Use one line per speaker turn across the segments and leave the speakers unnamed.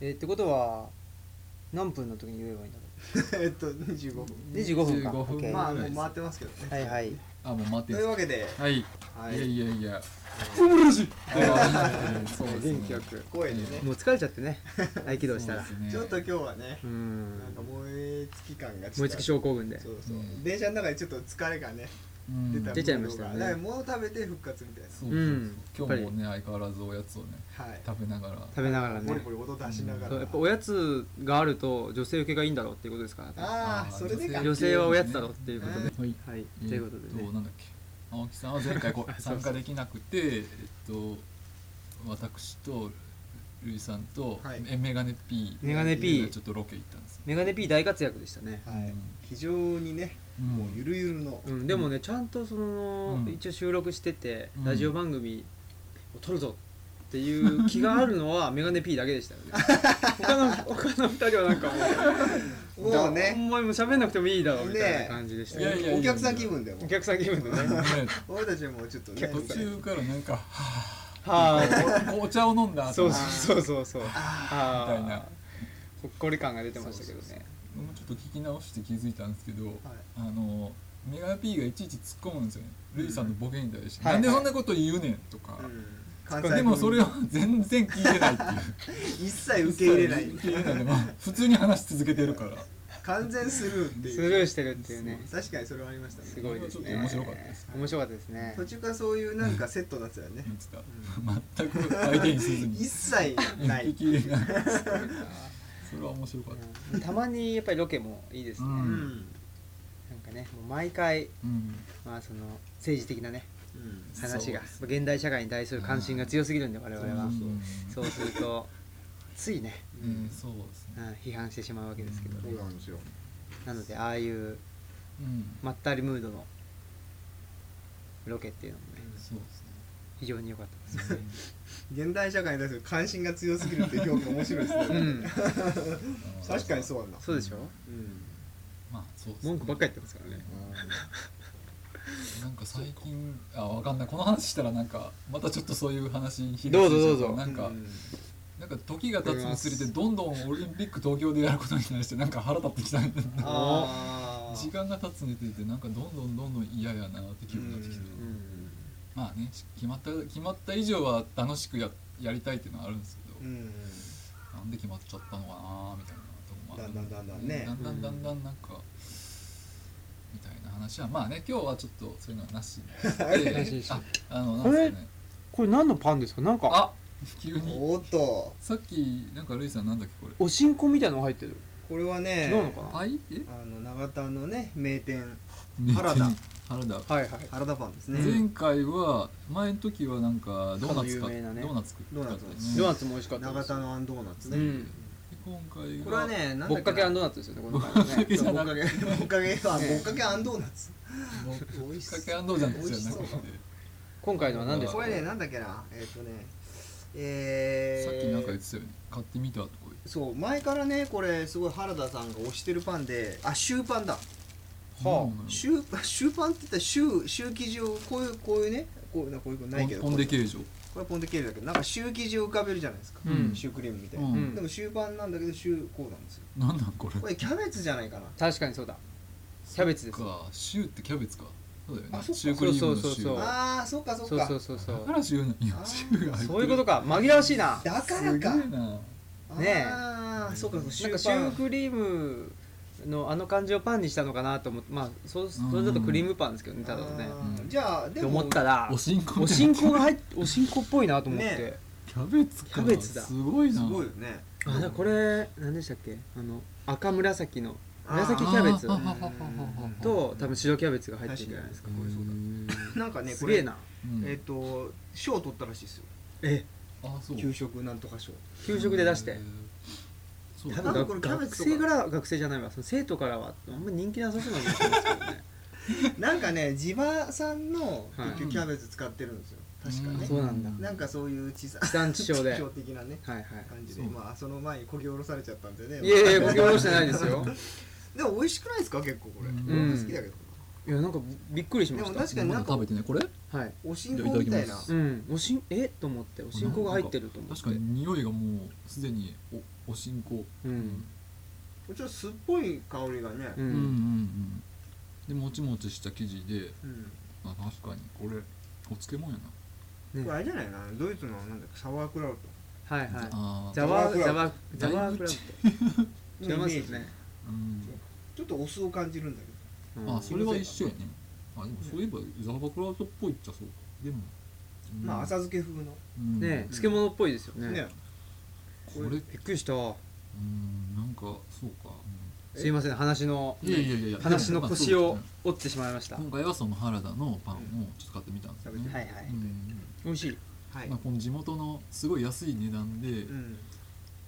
えーってことは何分の時に言えばいいんだろ
えっと25分
う25分か
25分
OK
ま
は
あもう回ってますけどね
いはい
あもう待っ
と
てん
い
す
うわけで
かはい、、
はい
や
い
いやいやオムラジではそうですね
元気よく
声でね
もう疲れちゃってね合気道したら
そうですね
ちょっと今日はね
うーん
なんか燃え尽き感がちょ
燃え
っと
尽き症候群で
そうそう、
うん
電車の中でちょっと疲れがね
うん
出た
出ちゃいましたよね
だから物食べて復活みたい
そうそうそう
うん
今日もね相変わらずおやつをね
なはい
食べながら
食べながら
ボリ
ね
ボリ音出しなが
そ
ら
うやっぱおやつがあると女性受けがいいんだろうっていうことですからね
ああ
ー
それでか
女性はおやつだろっていうことで
はい
はい
え
と
ー
いうことでね
なんだっけ青木さんは前回こ 参加できなくてえっと私とルイさんと、
はい
えメガネ P
メガネ P
ちょっとロケ行ったんですよ、
メガネ P 大活躍でしたね
はい
うん
非常にねもうゆるゆるの
うん、でもねちゃんとその、
うん
一応収録してて、
うん
ラジオ番組を撮るぞっていう気があるのはメガネ P だけでしたよね 他の他の2人はなんかもう
もう
お
ね
前もう喋んなくてもいいだろうみたいな
ね
感じでした
いや
ね
いやいや
お客さん気分でも
お客さん気分でね
ね
俺たちもちょっとね
途中からなんかは
は
ぁお茶を飲んだ
あ
後
そうそうそうそうそう
みたいな
はあほっこり感が出てましたけどね
もうちょっと聞き直して気づいたんですけど、
はい
あのメガネ P がいちいち突っ込むんですよねルイさんのボケに対して、
はい
な
はい
んでそんなこと言うねんとか、
うん
でもそれを
風
全然聞いてないっていう
一切 受け入れない
受け入れないでも普通に話し続けてるから
完全スルーって
スル
い
ー
う
してるっていうね
確かにそれはありましたね
すごいですね
面白かったです
面白かったですね
途中からそういうなんかセットになってたよね
言ってた全く相手にせずに
一切な
聞
い
き入れないそれは面白かった
うんたまにやっぱりロケもいいですね、
うん
うん
なんかね もう毎回、
うん
まあ、その政治的なね
うん
話が
そ
現代社会に対する関心が強すぎるんで我々は
うん
そうするとついね、
うんそうですね
うん、批判してしまうわけですけど
そうなんですよ
なのでああいう
うん
まったりムードのロケっていうのもね
そう
非常に良かった
ですね
現代社会に対する関心が強すぎるっていう表現面白いです
うん
ね
うん
確かにそうなんだ
そうでしょ
うん
まあそうですね
文句ばっかり言ってますからね
なんか最近あわかんないこの話したらなんかまたちょっとそういう話に火が
どうぞ
ついちゃ
どうぞ
なんか
うん
なんか時が経つにつれてどんどんオリンピック東京でやることに対してなんか腹立ってきたみたいな
あ
時間が経つにつれてなんかどんどんどんどん嫌やなって気分になってきて、
うん
うん
まあねし決まった決まった以上は楽しくややりたいっていうのはあるんですけど、
うん
なんで決まっちゃったのかなみたいなとこもある
だんだんだんだんね
だんだんだんだんなんか、みたいな話はまあね今日はちょっとそういうのはなしで
なしにし
ああのなんですかね
これ何のパンですかなんか
あ急に
おっと
さっきなんかルイさんなんだっけこれ
おしんこみたいなの入ってる
これはね
違うのかな
パイえ
あの永田のね名店
原
原田
原田
はいはい
原田パンですね
前回は前の時はなんかドーナツ
か
か
の有名なね
ドーナツか
ドーナツ
です
ドーナツも美味しかったで
永
す
田のアンドーナツ
う
ね
ん
で今回が
これはねなんだ
ぼっかけアン
ド
ドーナツですよねこのパンね
ぼっかけじゃな
ぼっかけ
く
ぼっかけはぼっかけアンドーナツ
もう
美味し
きっか
そ
けアンドーナツじゃなく
美味
て
しそう
今回のは何です
こ
か
れねなんだっけなえっとねえ
さ
ー
っきなんか言ってたよね買ってみたとか言って
そう前からねこれすごい原田さんが推してるパンであシューパンだ
は
シューシューパンって言ったらシューシュー生地をこういうこういうねこういうなこういうことないけど
ポンポンデ形状
これポンデケーキだけどなんかシュー生地を浮かべるじゃないですか、
うん
シュークリームみたいうな、
ん
でもシューパンなんだけどシューこうなんですよ
なんなんこれ
これキャベツじゃないかな
確かにそうだキャベツです
そっかシューってキャベツかそうだよね
あそっか
シュークリームのシュ
そうそう
ー
そうそう
ああそっかそっ
そう
か
そうそうそ
だ
う
からシューなんいや
あー
シューが入ってる
そういうことか紛らわしいな
だから
すげえ
か
な
ねえ
ああそっかシ
なん
ュ
か
ー
シュ
パ
ー
ン
クリームのあの感じをパンにしたのかなと思ってまあそうそれだとクリームパンですけどねただのね
あー
うん
じゃあ
っ
で
て
も
思ったら
おしんこ
お
みたい
し
なん
こが入っておしんこっぽいなと思っ
ね
て
キャベツか
キャベツだ
すごい
す
な
ごいよね
あなんかこれ何でしたっけあの赤紫の紫キャベツ
あーははははは
と多分白キャベツが入ってるんじゃないですか
確かにこれそうだなんかね
す
こ
げえ
れ
な
うん
えっと賞を取ったらしいですよ
え
あそう
給食なんとか賞
給食で出して
へーそう
多
なんか
分
これ
学
キャベ
学
ツとか
生から学生じゃないわその生徒からはあんまり人気なさそうな気がしますけどね
なんかね地場産の
はい
結局キャベツ使ってるんですよ、確か
うん
ね
そうなんだ
なんかそういう地産
地産地消で
地消的なね
はいはい
感じで
そう
まあその前にこぎ下ろされちゃったんでね
いやいやこき下ろしてないですよ
でも美味しくないですか結構これ、
うん
俺も好きだけど
いやなんかびっくりし
で
まし
も
た
確かになん
まだ
か
食べてねこれ
はい
おしんこみたい
いた
な
だきます
うんおしんえと思っておしんこが入ってると思って
確かに匂いがもうすでにおおしんこ、
う
うん
ちょっと酸っぱい香りがね
う
うんうん
ん
でもちもちした生地で
うん
あ確かにこれお漬物やな
ね
これあれじゃないなドイツのなんだっけサワークラウ
はいはい
あ
ザ
ー
ワー
ザ
ザ
ワ
ワーザワークラ
ト
ブ違いますよね
うん
ちょっとお酢を感じるんだけど
うん
あそれは一緒やねあでもそういえばザワクラウトっぽいっちゃそうかでも、うん
まあ浅漬け風の
う
ね
ん
え漬物っぽいですよね
ね
これ
びっくりした
うんなんかそうか、
すいません話の
うんいやいやいやいや
話の腰
でも
を
まあそうですね
折ってしまいました
今回はその原田のパンをちょっと買ってみたんですよ
食べ
ね
て
はいはい
うん
美味しい
はい
まあ、この地元のすごい安い値段で、
うん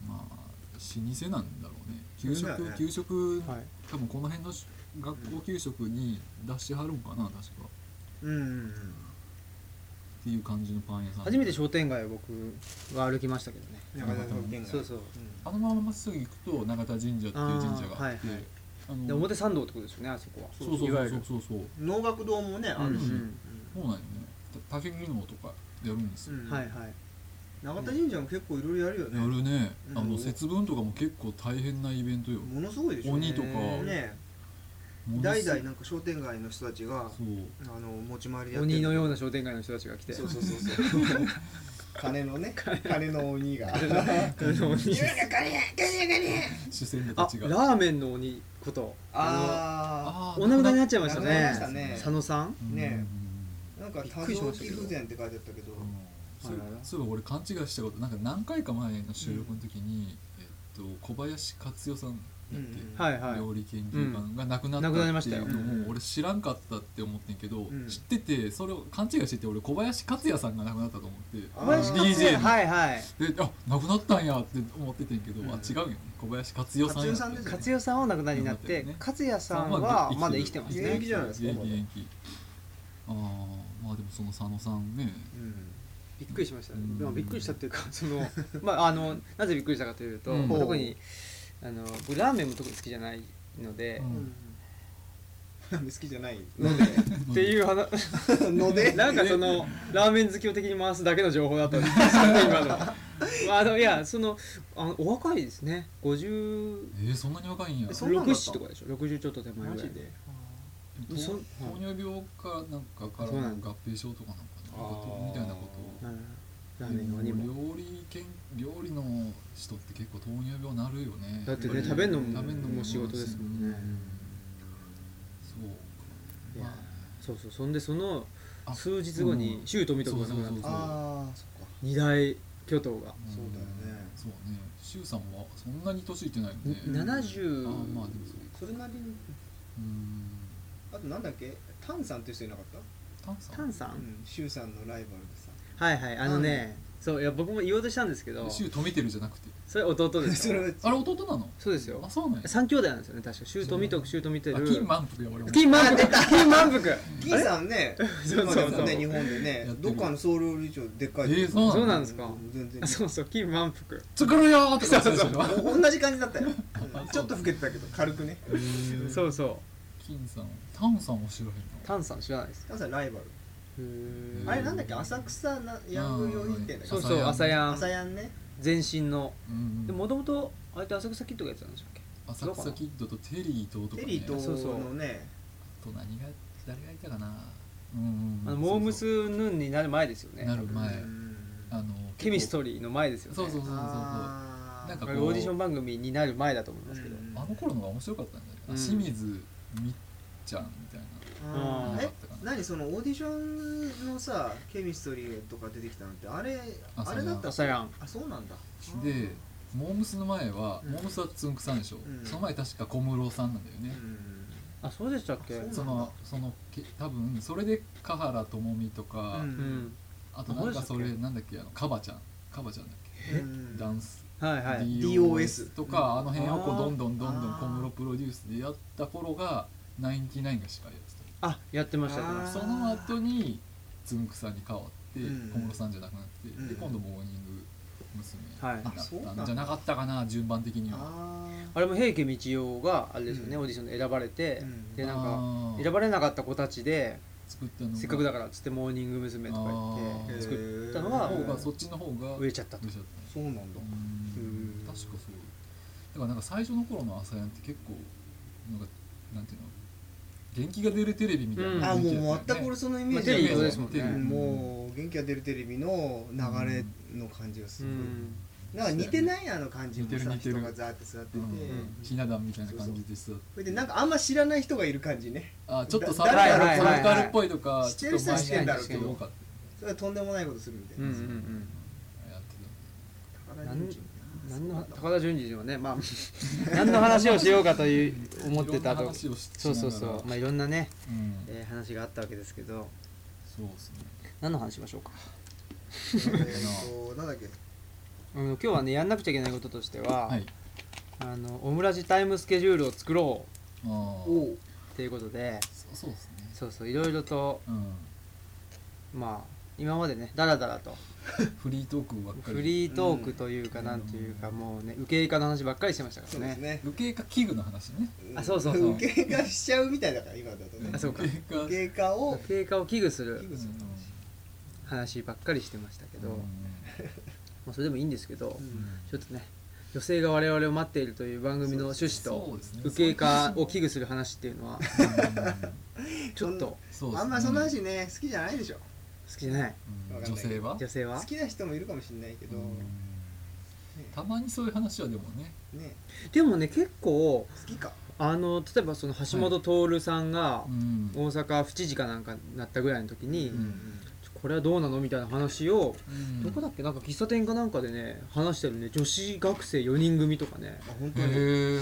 まあ老舗なんだろうね給食、
そうだよね
給食、
はい
多分この辺のし学校給食に出してはるんかな確か
うんうん
っていう感じのパン屋さん
初めて商店街を僕は歩きましたけどね
うん中田商店街
そうそう
あのまままっすぐ行くと永田神社っていう神社があって
あーはいはい
あの
で表参道ってことですよねあそこは
そうそう
い
そ
わ
う
ゆる
そうそう
うん能楽堂もねあ
うん
る
う
し
ん
そうなんよねた竹技能とかやるんです
う
よ、
ん
はいはい
永田神社も結構いろいろやるよ
や
ね
るね、あ
う
の
ん
節分とかも結構大変なイベントよ
ものすごいでしょ
鬼とか
ね
もの
代
すご
々
い
なんか商店街の人たちが
そう
あの持ち回りやって
鬼のような商店街の人たちが来て
そうそうそうそう金のね金の鬼が金が
鬼
金が金が金
視線で
あラ
立ちが
ーメンの鬼こと
あ
あ
のお亡くなりになっちゃいました
亡くなり
ね
ましたね
佐野さん
うん
ねあなんか多臓器不全って書いてあったけど
うんそう
あらら
そういえば俺勘違いしたことなんか何回か前の収録の時に、えっと、小林克代さんだ
うん
っ
うん
け、
はいはい
料理研究家が亡くなっ
亡
たっ
くなりましてた
い
よ
うの
うん
も俺知らんかったって思ってんけど、
うん
知っててそれを勘違いしてて俺小林克也さんが亡くなったと思って
あ
小林克
DJ
也
の
はいはい
であ亡くなったんやって思っててんけど、
うん
あ違うよね小林克代さんや
克代
った
さんですね
勝代さんは亡くなりになって
亡くなってね
勝也さんはまだ生きてます
現
ね
役じゃないですか
現役現役ああまあでもその佐野さんね
うん
びっくりしましたね
うん
まあびっくりしたっていうか そのまああのなぜびっくりしたかというと
うん
まあ特にあの僕ラーメンも特に好きじゃないので
うん
なんで好きじゃ ない
のでっていう話
ので
なんかそのラーメン好きを敵に回すだけの情報だったんです けど今のは、まあ、あのいやそのあのお若いですね50
えー、そんなに若いんや
え
6
そんなんだった
とかでしょ60ちょっと手前ぐら
マ
い
ジで
糖
そはい
糖尿病かなんかから
そうな
の
んだ
合併症とかなんかななんかと
あー
みたいなこと
う
を
んラーメンの鬼
で
も
も料理研料理の人って結構糖尿病なるよね
だって
や
ね
ぱり
食べるのも
食べん
もう仕事ですもんね
そう
い
か
や
ま
そうそうそんでその
あ
数日後に
うん
周富とが亡くなっ
そうそう
た
そう
ああそっか
二大巨頭が
あ
そうだよね
うんそうね周さんはそんなに年いってないよね
ん
70
あーまあでもそ
そ
う
れなりに
うん
あとなんだっけタンさんっていう人いなかっ
炭酸
炭酸
たうんシュウさんのライバルでさ
はいはいあのねそういや僕も言おうとしたんですけど
周富てるじゃなくて
それ弟です
そ
よ
れは
あれ弟なの
そうですよ
あそうなんや
三兄弟なんですよね確か周富と周富て
あ
る
金満腹や俺も
金満 腹金満腹
銀さん ね
そうそうそう
今でもね日本でね
やってる
どっかの総料理長でっかい
えーそうなの
そうなんですか
全然
そうそう金満腹
作るよーって感じでしょ
お同じ感じだったよ
あ
ちょっと老けてたけど軽くね
へー
そうそう
金さん炭さんを知らへんの
炭酸知らないです
タンさんライバル
うん
あれなんだっけ浅草なヤング料理店だっ
そう
け
そう朝
朝
やん
朝やんね
全身の
うんうん
でもともとあれって浅草キッドがやってたんでしたっけ
浅草キッドとテリーととか、ね、
テリーと
そうそう
のね
あと何が誰がいたかなうんうん
あのモームスヌンになる前ですよ
そうそうな
ね
る前
うん
あの
ケミス
リ
トリーの前ですよね
そうそうそうそうそうあ
あー
なん
こ
か
れオーディション番組になる前だと思いますけど
うん
の頃のが面白かったんだよ、
うん
清水みっちゃんみたい
あ
うん
ーえ
なんか
何そのオーディションのさケミストリーとか出てきたのってあれ
あ
あれだったっ
朝
け
やん
あそうなんだ
なでモームスの前は、
うん
モームスはつんくさんでしょ、
うん
その前確か小室さんなんだよ
う
ね、
ん
あそうでしたっけ
あそう
そのそのけ多分それで華原朋美とか、
うん
うん
あとなんか
あそう
それ
でしたっ
なんだっけあのカバちゃんカバちゃんだっ
う
え
け、
ん
ダンス
はいはい
DOS
とか、あの辺をこ
あー
うどんどんどんどん
あー
小室プロデュースでやった頃がナインティナインが司会やって
あやってましたやってま
あ
し
ー
たその後につんくさんに変わって
うん
小室さんじゃなくなって、
うん
で今度モーニング娘。
はい
にな
あそうなんだ
ったんじゃなかったかな順番的には
あ
たあれも平家道夫があれですよね、
うん
オーディションで選ばれて、
うん
でなん
あ
か
ー
選ばれなかった子たちで
作ったのが
せっかくだからっつってモーニング娘。とか
あ
言
ー
って
作
作
った
た
の
の
は
は
方がそっちの方が
っ植えちゃったと
出ちゃっ
そうなんだ
た
う
うん
ん
確かそうだからなんか最初の頃の朝やんって結構なんかなんていうの元気が出るテレビみたいな
あ
雰囲気
も
だ
う
った
全
よね
く俺そのイメージ
テレビ
な
と同
い
じですもんね
テレビ
うんもう元気が出るテレビの流れの感じがす
う
ごい、
ん
なんか似てないあの感じもさ
似てる
人
似てる
がザーって座ってて、
うんひな壇みたいな感じでさ
それでなんかあんま知らない人がいる感じね
あちょっとサブ
だ
カ
誰だろう
ルサブカルっぽいと
は
か
い知っ
ち
て
ょっ
る
と
人は知ってんだろうけど
多かった
それはとんでもないことするみたい
うんう
な、
んうん
やってた
高田純次
何の高田純次はね、まあ、 何の話をしようかという思ってた
い ろんな
と
話をし
そうそうそ
しなが
う、
ら
まあ、いろんなね、
うん
えー話があったわけですけど
そうですね
何の話しましょうか
えーとなんだっけ
あの今日はねやんなくちゃいけないこととしては、
はい
あのオムラジタイムスケジュールを作ろう
あー
おう
っていうことで
そそうですね
そうそういろいろと
うん
まあ今までねだらだらと
フリートークばっかり
フリートークというか、
うん
なんというかもうね受け入れ家の話ばっかりしてましたか
そう
ら
で
ね
すね
受けか器具の話ね
あそうそうそう
受けがしちゃうみたいだから今だとね
あそうか
受けが
受けがを
受け入れ家を危惧す
危
る
惧する話
話ばっかりしてましたけど、
うん
まあ、それでもいいんですけど、
う
うんん
ちょっとね女性が我々を待っているという番組の趣旨
そう
と
ですね
受け入れ家を危惧する話っていうのはちょっと好
そうですね
あんまりそんな話ね好きじゃないでしょ
きじゃない
うん
わかんない
女性は
女性は
好きな人もいるかもしれないけど、
うん
ね
たまにそういう話はでもね
ね
でもね結構
好きか
あの例えばその橋本徹さんが
うん
大阪府知事かなんかになったぐらいの時に、
うん
これはどうなのみたいな話を、
うん
どこだっけなんか喫茶店かなんかでね話してるね女子学生4人組とかね、
あ本
へ
当に
う
え
ん、
へ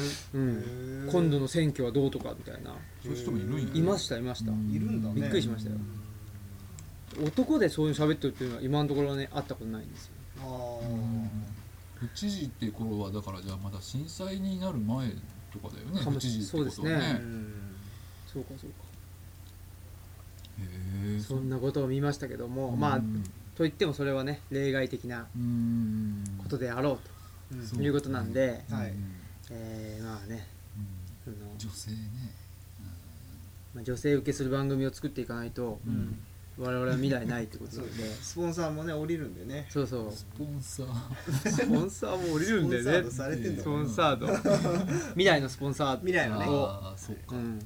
ー
今度の選挙はどうとかみたいな
そういう人もいるんや
いましたいました、
うん
いるんだね
びっくりしましたよ男でそういうの喋ってるっていうのは今のところはね会ったことないんですよ
あー
府知事って頃はだからじゃあまだ震災になる前とかだよね
かも
府知事ってことは
そうです
う
ね
ん
そうかそうか
へえ
そんなことを見ましたけども、
うん
まあといってもそれはね例外的な
うん
ことであろう
うん
そ
ということなんで、
はい
うん
えーまあね
うん
あの
女性ね
まあ、女性受けする番組を作っていかないと、
うん
我々は未来ないってこと
そ
な
うで
ん
す
で
ねスポンサーもね降りるんでね
そうそう
スポンサー
スポンサーも降りるんで
スポンサー
ね
ドされてんだ
ス
から
ポンサード 未来のスポンサー
未来のね
ああそうか
うん、
うん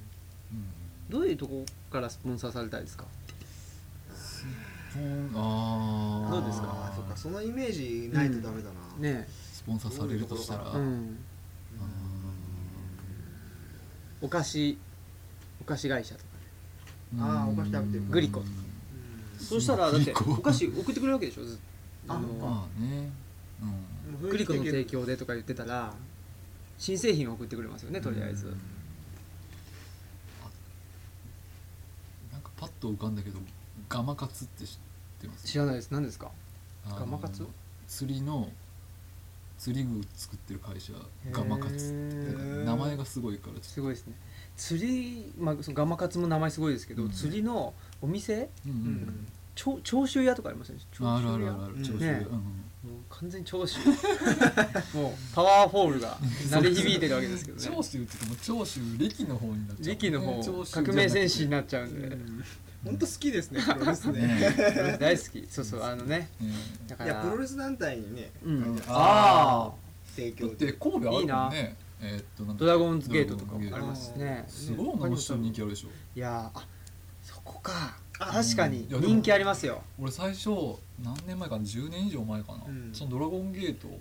どういうとこからスポンサーされたいですか
スポンああ
どうですか
あーそっかそのイメージないとダメだな、
ね
スポンサーされるとしたら
ど
え、うん、お菓子お菓子会社とか
あーお菓子食べてる
グリコ
う
そうしたらだって
グリコ
お菓子送ってくれるわけでしょずっ
あ
あ
そっ
の
まあね
ん
グリコの提供でとか言ってたら新製品を送ってくれますよねとりあえず、
うんなんかパッと浮かんだけどガマカツって知ってます
知らないです何ですか
あの
ガマカツ
釣りの釣り具作ってる会社
へー
ガマカツって名前がすごいからち
すごいですね釣り、まあ、そのガマカツも名前すごいですけど、
うん
釣りのお店
ょっとうん
う
うん
ん
長長州屋とかありません長州
あ
屋
あるあるあるあ
うん
る長州屋
ね
うん
もう完全に長州 もうパワーフォールが鳴り響いてるわけですけどね
長州って言っても長州力の方になっちゃう
力の方
長州じゃなくて
革命戦士になっちゃうんで、
本当好きですねプロレスね
ね
大好きそうそうあのね
え
だか
いや
ら
プロレス団体にね、
うん
あ
あ
提
だっ
供
て神戸あるも
いい
ん
な
ねえーっとな
あ
ん
ドラゴンズゲートとかも
ド
あ
ラ
り
ゴンズゲー
ま
ト
すしね
すごい女の人に人気あるでしょ
いやーあそこか
あ
確かに
いやでも
人気ありますよ
俺最初何年前かな10年以上前かな、
うん
そのドラゴンゲートだよ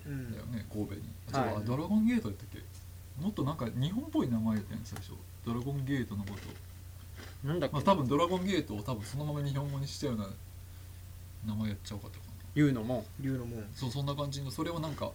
ね、神戸にあ違う、
はい
ドラゴンゲートだったっけもっとなんか日本っぽい名前だったよね最初ドラゴンゲートのこと
なんだっけ、
まあ多分ドラゴンゲートを多分そのまま日本語にしたような名前やっちゃうかったかな
言うのも
龍の門
そうそんな感じのそれをなんか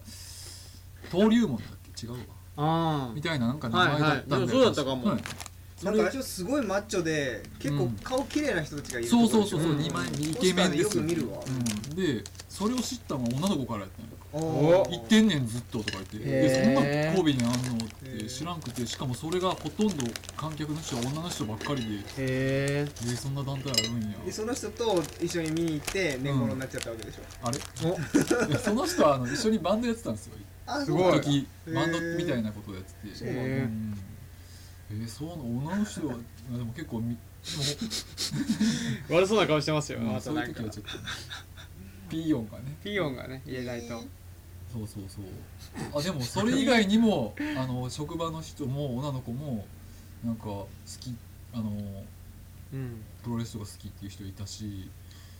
登竜門だっけ違うわ
あ
みたいななんか名前だったんだ
はいはい
よ
でもそうだったかも
はい
な
そ
ん
れ
か一応すごいマッチョで結構顔綺麗な人たちがいる
そうそうそうそう、
うん
二枚イケメンです
よく見るわ
うん、でそれを知ったのは女の子からやったのよ
お
お
行ってんねんずっととか言って
へ
えそん
ー
な神戸にあんのっ
へ
て
ー
知らんくてしかもそれがほとんど観客の人は女の人ばっかり
あ
で
へえ
えーそんな団体あるんや
でその人と一緒に見に行って年頃になっちゃったわけでしょ、
あれいやその人はあの一緒にバンドやってたんですよ
あ
すごい
そう
一
か
時
へー
バンドみたいなことをやってて
へー
うんえーそうな女の人はでも結構み
悪そうな顔してますよ、
うん
また
そうい
な
うん
か
時はちょっとピーヨンがね
ピヨンがね言えないと
そうそうそうあでもそれ以外にもあの職場の人も女の子もなんか好きあの
うん
プロレスとか好きっていう人いたし、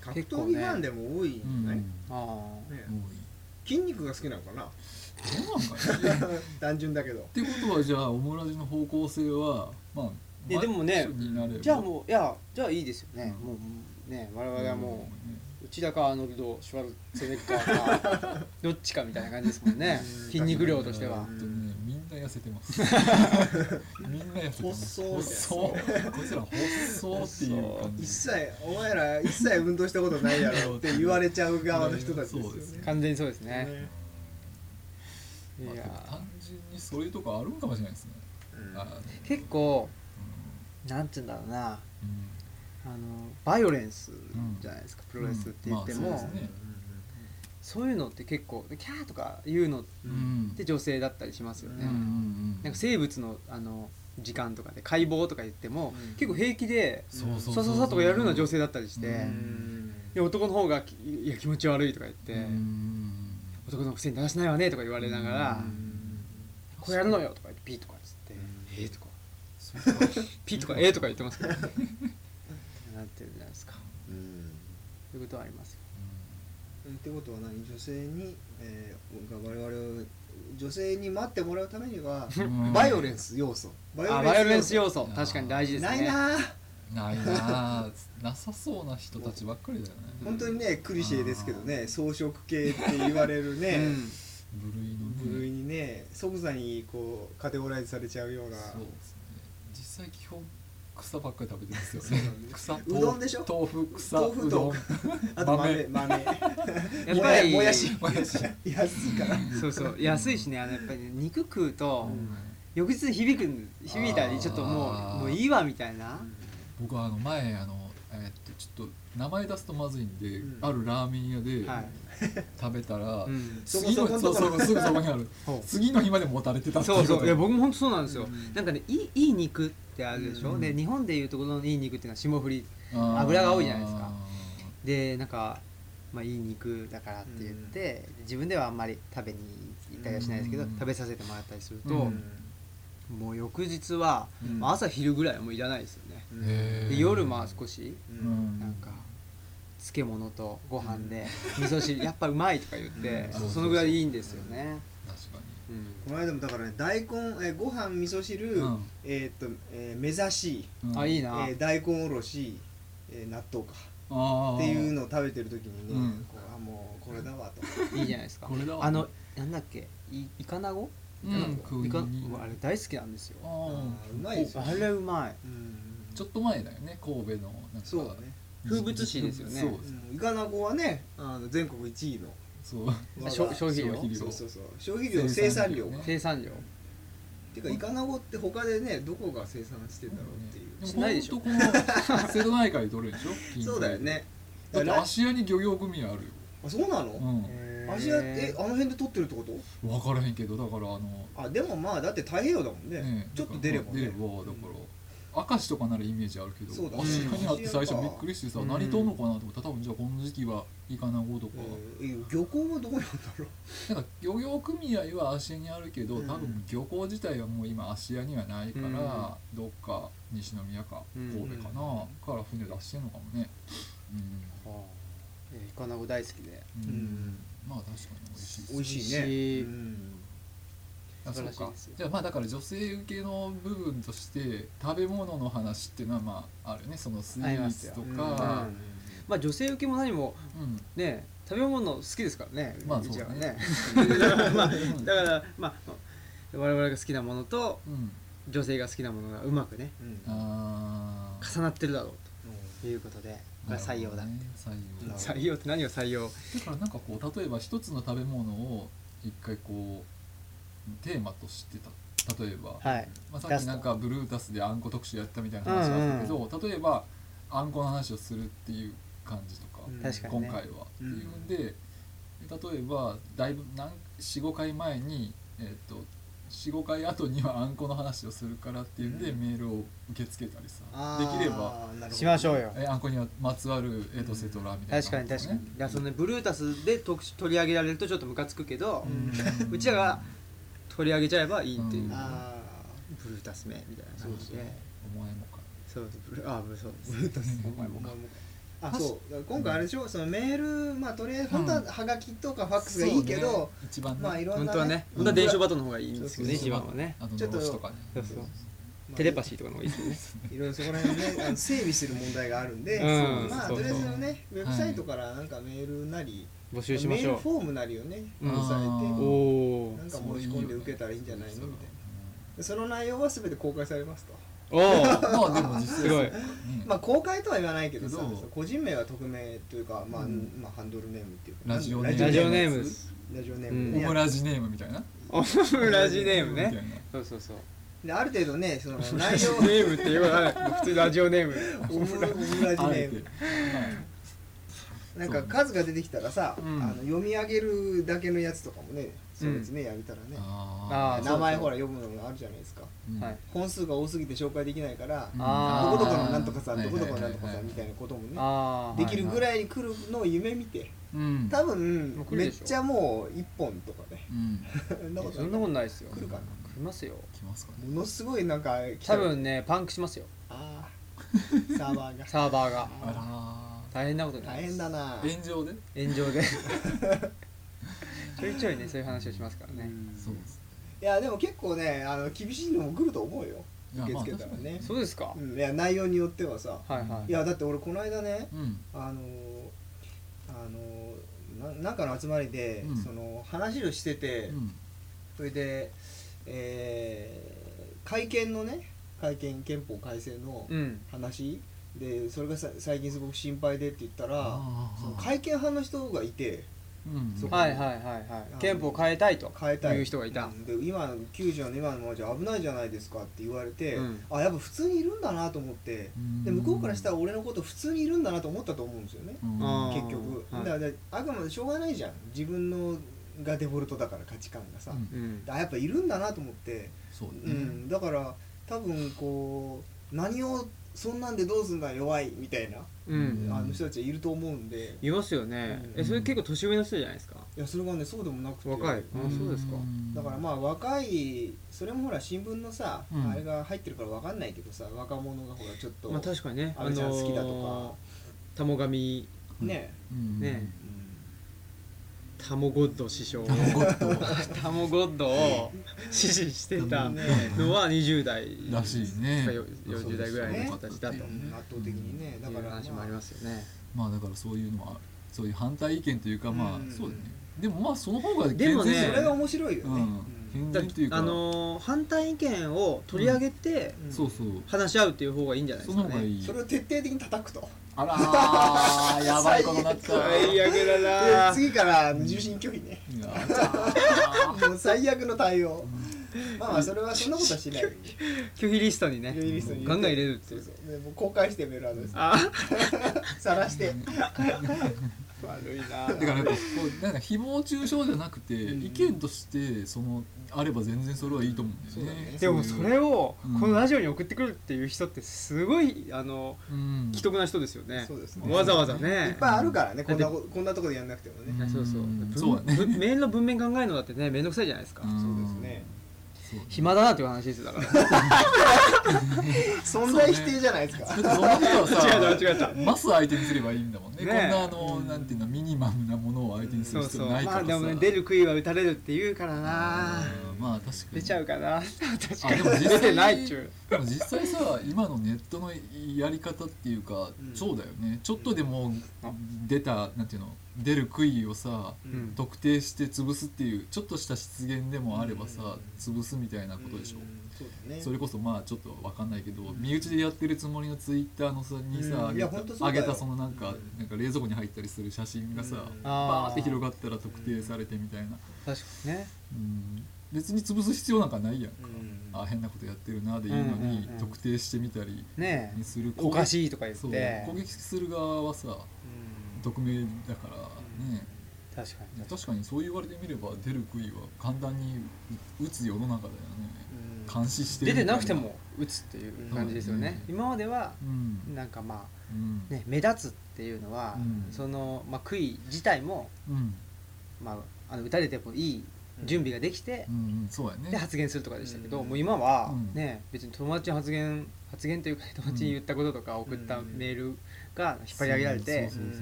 格
結構
闘
ね
技ファンでも多いんじ
う
ゃ
ん
ない、
ああ
ね
もう
筋肉が好きなのかな
どうなんかね
単純だけど
ってことはじゃあオムラジの方向性はまあ
いやでもね
マッチョになれば
じゃあもういやじゃあいいですよね、
うん
もうね我々はも
うんね
う内田かアーノルド・シュワルツェネッガーか どっちかみたいな感じですもんね
うん
筋肉量としては
本当にねみんな痩せてます みんな痩せてます
細い
細いこいつら細っていう感じ
一切お前ら一切運動したことないやろって言われちゃう側の人たちですよ
そうです
ね
ね
完全にそうですね
ね
い
まあ
や
でも単純にそういうとこあるんかもしれないですね、
うん
あの
結構なんて言うんだろうな
うん
あのバイオレンスじゃないですか、プロレスって言っても、
まあ
そ
そううですね
いうのって結構でキャーとか言うのっ
う
うん
ん
て女性だったりしますよね、
うん
なんか生物のあの時間とかで解剖とか言っても、
うん
結構平気で
そうそう
さささとかやるのは女性
だっ
だったりして、
う
うん
で男の方が「いや気持ち悪い」とか言って、男のくせにだらしないわね」とか言われながら「これやるのよ」とか言って「ピ」とかっつって「えー」とか「 ピ」とか「えー」とか言ってますから、ね、なってるじゃないですか
うん
そういうことはありますよ
ってことは何女性に、えー、我々を女性に待ってもらうためには バイオレンス要素バ
あバイオレンス要素
あー
確かに大事ですね
ないなあ
ないなあなさそうな人たちばっかりだよね
本当にねクリシェですけどね草食系って言われるね、
うん
部類の
部類にね即座にこうカテゴライズされちゃうような
そうですね実際基本草ばっかり食べてますよ
そう
ね
なんです
草
うどんでしょ
豆腐草
豆腐
うどん
とあと豆豆
やっ
も
ぱ
や
り
もやし
もやし
安いから
そうそう安いしねあのやっぱりね肉食うと
うん
翌日響くん響いたりちょっともう
あー
もういいわみたいな
僕はあの前あのえーっとちょっと名前出すとまずいんで、
うん
あるラーメン屋で
はい
食べたら、
うん
次の
そこそこのところ
そうそうすぐそこに ある
ほう
次の日までもたれてたってい
そ
うこ
う
と
そういや僕も本当そうなんですよ、
うん
なんかねいいいい肉ってあるでしょ、
うん
で日本でいうところのいい肉っていうのは霜降り
あー
油が多いじゃないですかでなんか、まあ、いい肉だからって言って、自分ではあんまり食べに行ったりはしないですけど、
うん
食べさせてもらったりすると、
うん
もう翌日は、
うん
まあ朝昼ぐらいはもういらないですよね、
へー
で夜まあ少し
うん
なんか漬物とご飯で味噌汁やっ ぱうまいとか言って、
うん
そのぐらいでいいんですよね、
確かに
うん
この間もだからね大根、えーご飯味噌汁、
うん
えーっと、えー、目指し、
うん
あいい
え
な、
ー大根おろし、えー納豆か
あ
っていうのを食べてる時にね、
うん
こうあもうこれだわと
いいじゃないですか
これだわ
あのなんだっけいイカナゴ
うん食う
イカ
に
うわあれ大好きなんですよ
あ
あ
あ
ー
ーうまいですよね
れうまい
うん
ちょっと前だよね神戸のなんか
そうだね、
風物詩ですよね
そう
うん、イカナゴはねあの全国1位の
そう
我が
消消費量
消費量
そうそうそう消費量生産量が
生産
生産
量ね
量
てかイカナゴって他でねどこが生産してんだろうっていう、
しないでしょ
もほんとこの瀬戸内海で取れるでしょ近海で
そうだよね
だって
ら
芦屋に漁業組合あるよ
あそうなの、
うん
アジアってあの辺で取ってるってこと
分からへんけどだからあの、
あでもまあだって太平洋だもんね
ね
ちょっと出ればね
出ればだから明石とかならイメージあるけど
そうだね
芦屋にあって最初
うん
びっくりしてさ、
うん
何とんのかなと思ったら多分じゃあこの時期はイカナゴとか、
えー漁港はどこなんだろう
なんか漁業組合は芦屋にあるけど、
うん
多分漁港自体はもう今芦屋にはないから、
うん
どっか西宮か
うん
神戸かな、から船出してんのかもねう
はあえイカナゴ大好きで
ん、
うん
まあ確かに美味しいです
美味しいね
美味しい
うん
素
あそ
晴
う
らしい
か
ですよ
じゃあまあだから女性受けの部分として食べ物の話っていうのはまああるよねそのスイーツとか、
まあ女性受けも何も
うん
ね食べ物好きですからね
まあ
うちはね
まあ
だからまあ我々が好きなものと
うん
女性が好きなものがうまくね
うん
あー
重なってるだろうということでこれは採用だ、
なるほ
なる
どね採用
ほど
採用って何を採用
だからなんかこう例えば一つの食べ物を一回こうテーマとしてた例えば、
はい
まあ、さ
出
っ
す
き
と
なんかブルータスであんこ特集やったみたいな話があったけど、例えばあんこの話をするっていう感じとか、
うん
確かに
今
ね
回は、っていうんで例えばだいぶ45回前に、えっと45回後にはあんこの話をするからっていうんで、メールを受け付けたりさ
あー
できれば
なるほど
しましょうよ
えあんこにはまつわるエトセトラみたいな、
確かに確かに、いやそのねブルータスで特集取り上げられるとちょっとムカつくけど、うちらが取り上げちゃえばいいっていう、
うん
あ
ブルータスめみたいな感じで
お前もか
そうブルあブルそうブルータスお前もか
ーあ
確か
そうだから今回あれでしょそのメールまあとりあえず本当ははがきとかファックスがいいけ
そうね
ど、
一番ね、
まあいろん
本
な
当はね本当は電書バトンの方がいいんですけどね
そうそう
一番はね
あと
ちょっと
のろしとかね
そうそう
まあ
テレパシーとかの方がいいですよ ね
いろいろそこら辺ねあの整備する問題があるんで、
うん
まあ
そうそう
とりあえずねウェブサイトからなんかメールなり、
募集しま
メ
し
ール
ょ
フォームなりをね
うん
され
う
ー
おお
てなんか申し込んで受けたらいいんじゃないのみたいなでその内容は全て公開されますと
おお
まあでも実際
す ごい
まあ公開とは言わないけどさ
けど
個人名は匿名というかまあ、
うん
まあハンドルネームっていうか
ラジオネーム
ラジオネー
で
ム
すラジオネー
う
ム
ん
オ
で,いや、
ムラジネームみたいな
オム ラジネーム
みたいな
ねそうそうそう
である程度ねその
ラ
内
ジ
容
オネームって言わない普通ラジオネーム
オムオムラジネ
あえ
ー
て
ムなんか数が出てきたらさ、
うん
あの読み上げるだけのやつとかもねそうですね、やれたらね
あー
名前
そうそう
ほら読むのもあるじゃないですか
うん
はい
本数が多すぎて紹介できないから、
うん
あー
どこどこのなんとかさん
はい
ど
はい
こ
はい
どこのなんとかさんみたいなこともね
ああ
できるぐらいに来るのを夢見て
うん
多分
もう来る
めっ
でしょ
ちゃもう一本とかね
うん
そんなこと
そんな
ない
ことないですよ
来るかな
来ますよ
来ますかね
ものすごいなんか来た
多
ら
分ねパンクしますよ
あーサーバー が
サーバーが
あら
大変なことにな
大
り
変
ま
だな
ー炎上で
す炎 上でちょいちょいねそういう話をしますからね
そうです
いやでも結構ねあの厳しいのも来ると思うよ
いや
受け
まあ
付けたらね
そうですか
うんいや内容によってはさ
はいはい
いやだって俺この間ね
うん
あのあのななんかの集まりで、
うん
その話をしてて、
うん
それで、えー会見のね会見憲法改正の
うん
話、でそれがさ最近すごく心配でって言ったら
あー
その会見派の人がいて
うん
そう
はいはいはいはい憲法変えたいと
変えたい
いう人がいた
うんで今の90の今のままじゃ危ないじゃないですかって言われて、
うん
あやっぱ普通にいるんだなと思ってで向こうからしたら俺のこと普通にいるんだなと思ったと思うんですよね。
うん
あー
結局
はい
だからあくまでしょうがないじゃん自分のがデフォルトだから価値観がさ、
うん
うん
あやっぱいるんだなと思って、
そう
うんだから多分こう何をそんなんでどうすんだ弱いみたいな、
うん
あの人たちはいると思うんで
いますよね
うん
えそれ結構年上の人じゃないですか
いやそれがねそうでもなくて
若いあ
ん
そうですか
だからまあ若いそれもほら新聞のさ、
うん
あれが入ってるから分かんないけどさ若者がほらちょっと、
まあ確かにね
安倍ちゃん好きだとか
タモガミ
ね、
うん
ね
うん
タモゴッド師匠
ゴッド
タモゴッドを支持してた
ね
のは20代
らしいね
よ40代ぐらいの形だと
う
いうん
圧倒的にねだから
話もありますよね
まあだからそういうのはそういう反対意見というかまあ
うん
そうだねでもまあその方が
でもね
健全
それが面白いよ
う
ね、
ん健
だ
全というか
あのー反対意見を取り上げて
うん
そうそう
話し合うっていう方がいいんじゃないで
そ
すか
の方が
ね
いい
それを徹底的に叩くと
あらーやばいことになった
最悪だ
で
な
次から受信拒否ね
いやー
もう最悪の対応まあまあそれはそんなことはしないよ
拒否リストにね
リリースに
ガンガン入れるって
そ
いうう
そうでもう公開してメールアドレス
あ
さらして
悪いな
だからなんかこうなんか誹謗中傷じゃなくて
うん
意見としてそのあれば全然それはいいと思うんだよ
そうだ
ね
ね
でもそれを
うん
このラジオに送ってくるっていう人ってすごいあの
うん
既得な人ですよね
そうですね
わざわざ
いっ
ね
ぱいあるからねこんなここんなとこでやんなくてもね
いやそうそう
うん
文
そうだね
文メールの文面考えるのだってねめんどくさいじゃないですか
ん
そうですね
そう
暇だなっていう話ですよだから
存在否定じゃないですか
だってそのことは
違
さ
う違う違う
マス相手にすればいいんだもんね
ね
こんなあの、
うん
なんていうのミニマムなものを相手にす
そう
る必
そ
要
う
ないか
ま
ら
あ
さ
でもね出る杭は打たれるって言うからな
うんまあ確かに
出ちゃうかな確か
あでも実
に出
際
てないっちゅう
でも実際さ今のネットのやり方っていうか、
うん
そうだよねちょっとでも
あ
出たなんていうの出る杭をさ
うん
特定して潰すっていうちょっとした失言でもあれば
うん
さ潰すみたいなことでしょ、
うんそうだね
それこそまあちょっとわかんないけど身内でやってるつもりのツイッターのさにさ、
うん
あ
い
げ
や
た
ほんとそう
あ
だよ
げたそのなんか,、
うん
なんか冷蔵庫に入ったりする写真がさ、
うん
バ
あ
ーって広がったら特定されてみたいな、
確かにね
うん、別に潰す必要なんかないやん
うん
あ変なことやってるなでいいのに、
うんうんうん
特定してみたり
ねえ
にする
おか
い
しいとか言っ
そう
て
攻撃する側はさ
うん
匿名だからね
確かに
確かにそう言われてみれば出る杭は簡単に打つ世の中だよね監視して
出
る
て
みたい
なくても打つっていう感じですよね、
うん
今までは
うん
なんかまあ
うん
ね目立つっていうのは、
うん
その、まあ、杭自体も、
うん
まあ、あの打たれてもいい準備ができて
う、んうんそうやね
で発言するとかでしたけど、
うん
もう今は
うん
ね、別に友達に発言発言というか友達に言ったこととか送った
うん
メールが引っ張り上げられて、
そうそうそう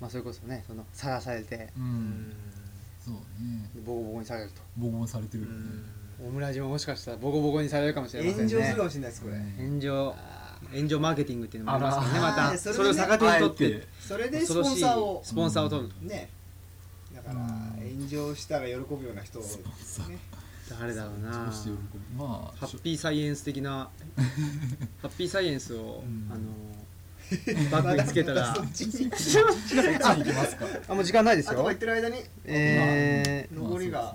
まあ、それこそねその晒されて
うんそうね
ボコボコにされると
ボコボコにされてるよね
オムラジももしかしたらボコボコにされるかもしれません
炎
ね
上するかもしれないですこれ
うん
炎上炎上マーケティングっていうのもありますからね
あら
ま
あ
た
ー
そ
そ
れ,、
れ
を
ね
逆手に
あえ
取って
て
それで
恐
スポ
ろ
ン
しい
サーを
スポンサーを取ると、
ねだから
うん
炎上したら喜ぶような人をね
スポンサー
誰だろう
ど
な
うして喜ぶまあ
ハッピーサイエンス的なハッピーサイエンスを、
うん
あのバッグにつけたら
まだまだそっちに
そっちに行きます か
あもう時間ないです
あと
よ
か言ってる間に
え
ま残りが
ま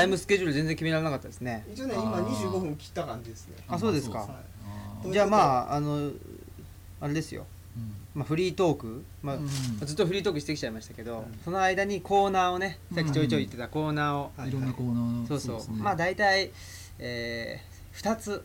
あ
ー、タ
そうですね
イムスケジュール全然決められなかったですね
一応ね
あ
今
ー
25分切った感じですね
あそうですか
そうそう
じゃあまああのあれですよ、まあ、フリートーク、まあ
あーうん
ずっとフリートークしてきちゃいましたけど、
うん
その間にコーナーをねさっきちょいちょい言ってたコーナーを、
はい
ろんなコーナーの
そうそう
ですね
まあ大体、えー、2つ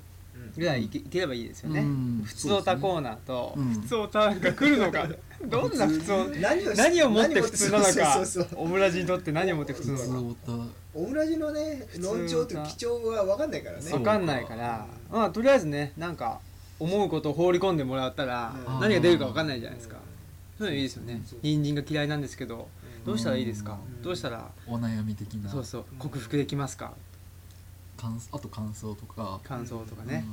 ぐらいいけいければいいですよね、
うん
普通オタコーナーと、
うん
普通オタが来るのか どんな普通オタ
何をし
何を持って普通なのか
そうそうそう
オムラジにとって何を持って普通な
普通
の
オタ
オムラジのね
普通
論調と基調は分かんないからね
か分かんないからまあとりあえずねなんか思うことを放り込んでもらったら
うん
何が出るか分かんないじゃないですか、そういうのいいですよね
そう
人参が嫌いなんですけど
うん
どうしたらいいですか、
うん
どうしたら
お悩み的な
そうそう克服できますか
感想あと感想とか
感想とかね、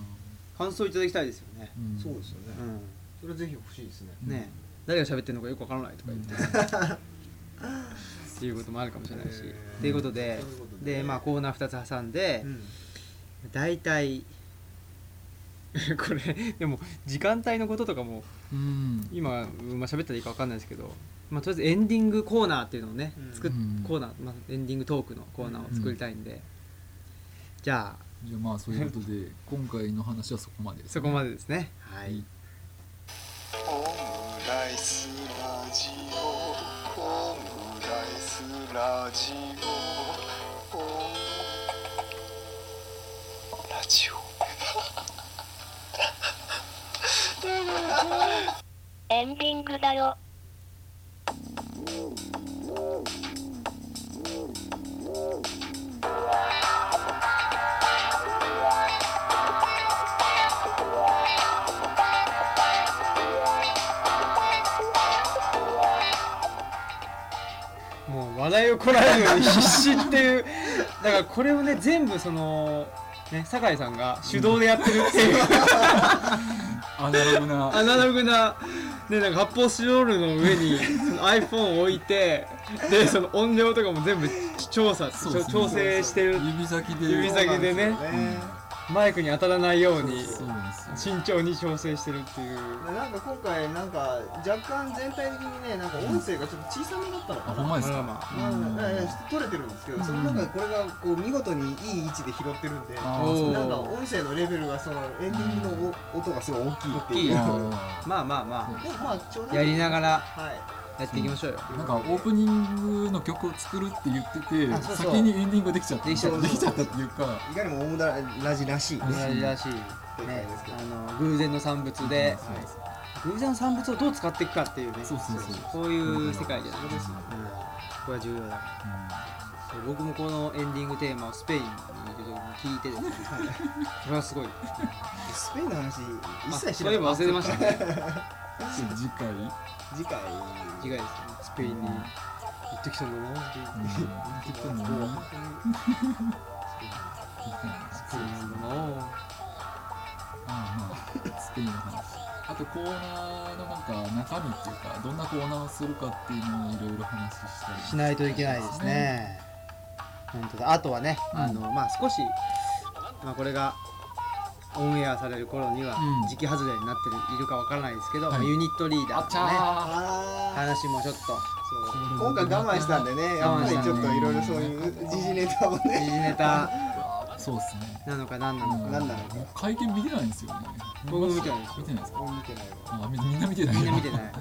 感想いただきたいですよね、
うん
そうですよね
うん、
それはぜひ欲しいですね
うん
ねえ誰が喋ってるのかよくわからないとか言って、っていうこともあるかもしれないし。と、
へえ
いうことで
そういうことで
で、まあ、コーナー2つ挟んで、
うん
大体 これでも時間帯のこととかも
うん
今、うんまあ喋ったらいいかわかんないですけど、まあ、とりあえずエンディングコーナーっていうのをね
うん
作っ、
うん
コーナー、まあ、エンディングトークのコーナーを作りたいんで、じゃあ
じゃあまあそういうことで今回の話はそこまでです
そこまでですね。は
はいい
オムライスラジオオムライスラジオオムラジオ
エンディングだよ。
もう笑いをこらえるように必死っていうだからこれをね全部そのね酒井さんが手動でやってるっていう、
アナログ な
アナログな,、ね、なんか発泡スチロールの上にその iPhone を置いてでその音量とかも全部調査、
そうですね
調整してる
指先で
指先でね
そうなんですよね
マイクに当たらないように
そうですよ
慎重に調整してるっていう
なんか今回なんか若干全体的にねなんか音声がちょっと小さめだったの
あ
か
ほん
な
まです
あ
から
ま
まあ
うん
いやいや取れてるんですけど、その中でこれがこう見事にいい位置で拾ってるんで、
あ
お
ー
ー
そう
なんか音声のレベルがそのエンディングのお音がすごい大きいっていう。
大きい
で
よ
も
あ
まあまあま
まあちょう
あ
ど
やりながら
は
やっていきましょうよ
ーなんかオープニングの曲を作るって言ってて
あそうそう
先にエンディングできちゃった
できちゃった
できちゃったっていうか
い。いかにもオムララジらしい。
オムラジらしい、ね、あの偶然の産物で
そうです
偶然の産物をどう使っていくかっていうね
そうそうそう
こういう世界じゃないですか、
そう
うん、これは重要だからそう僕もこのエンディングテーマをスペインにいる時に聞いて ですねこれはすごい
スペインの話一
あ
切し
そ
な
ういえ
い。
ば忘れてましたね
うんで次回
次回。
次回ですねスペインに行ってきたんだなっていう
適当に
スペインなんだな
ああまあスペインの話あとコーナーのなんか中身っていうかどんなコーナーをするかっていうのをいろいろ話したり
しないといけないですね本当だあとはね、
うん
あのまあ少し、まあ、これがオンエアされる頃には
うん
時期外れになってるいるかわからないですけど、
はい
まあユニットリー
あ
ダ
ち
ーのね
ゃ
あ
話もちょっと
ーそう今回我慢したんでね、やっぱりちょっといろいろそういう時事ネタをね、
時事ネタ
ーそうですね
なのか何なのか、
何なのか
もう会見見てないんですよね
僕も見てないですよ
見てないですか
もう見てないわ。
あみみんな見てない
みんな見てないい
テレ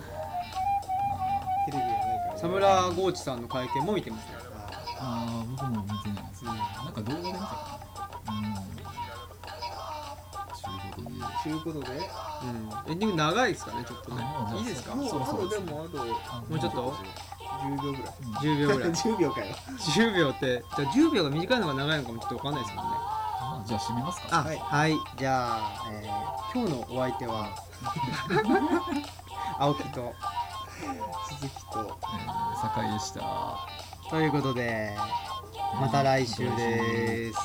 ビがないからね。
そ田村豪地さんの会見も見てますよ
あ
ああ僕も見てないですなんか動画で見たかなうんということで
ーということで
エンディング長いですかねちょっとね
あもう
いいですか
もう
そろ
あ
そろ
と
です
で
ね
もあと
あ
もうちょっと
10秒ぐらい
10秒ぐ らい
10秒かよ
10秒ってじゃあ10秒が短いのか長いのかもちょっと分かんないですもんね
まあじゃあ締めますか
あは、
はいい
じゃあ、えー今日のお相手は青木と
鈴木と
えー、酒井でした
ということでまた来週です。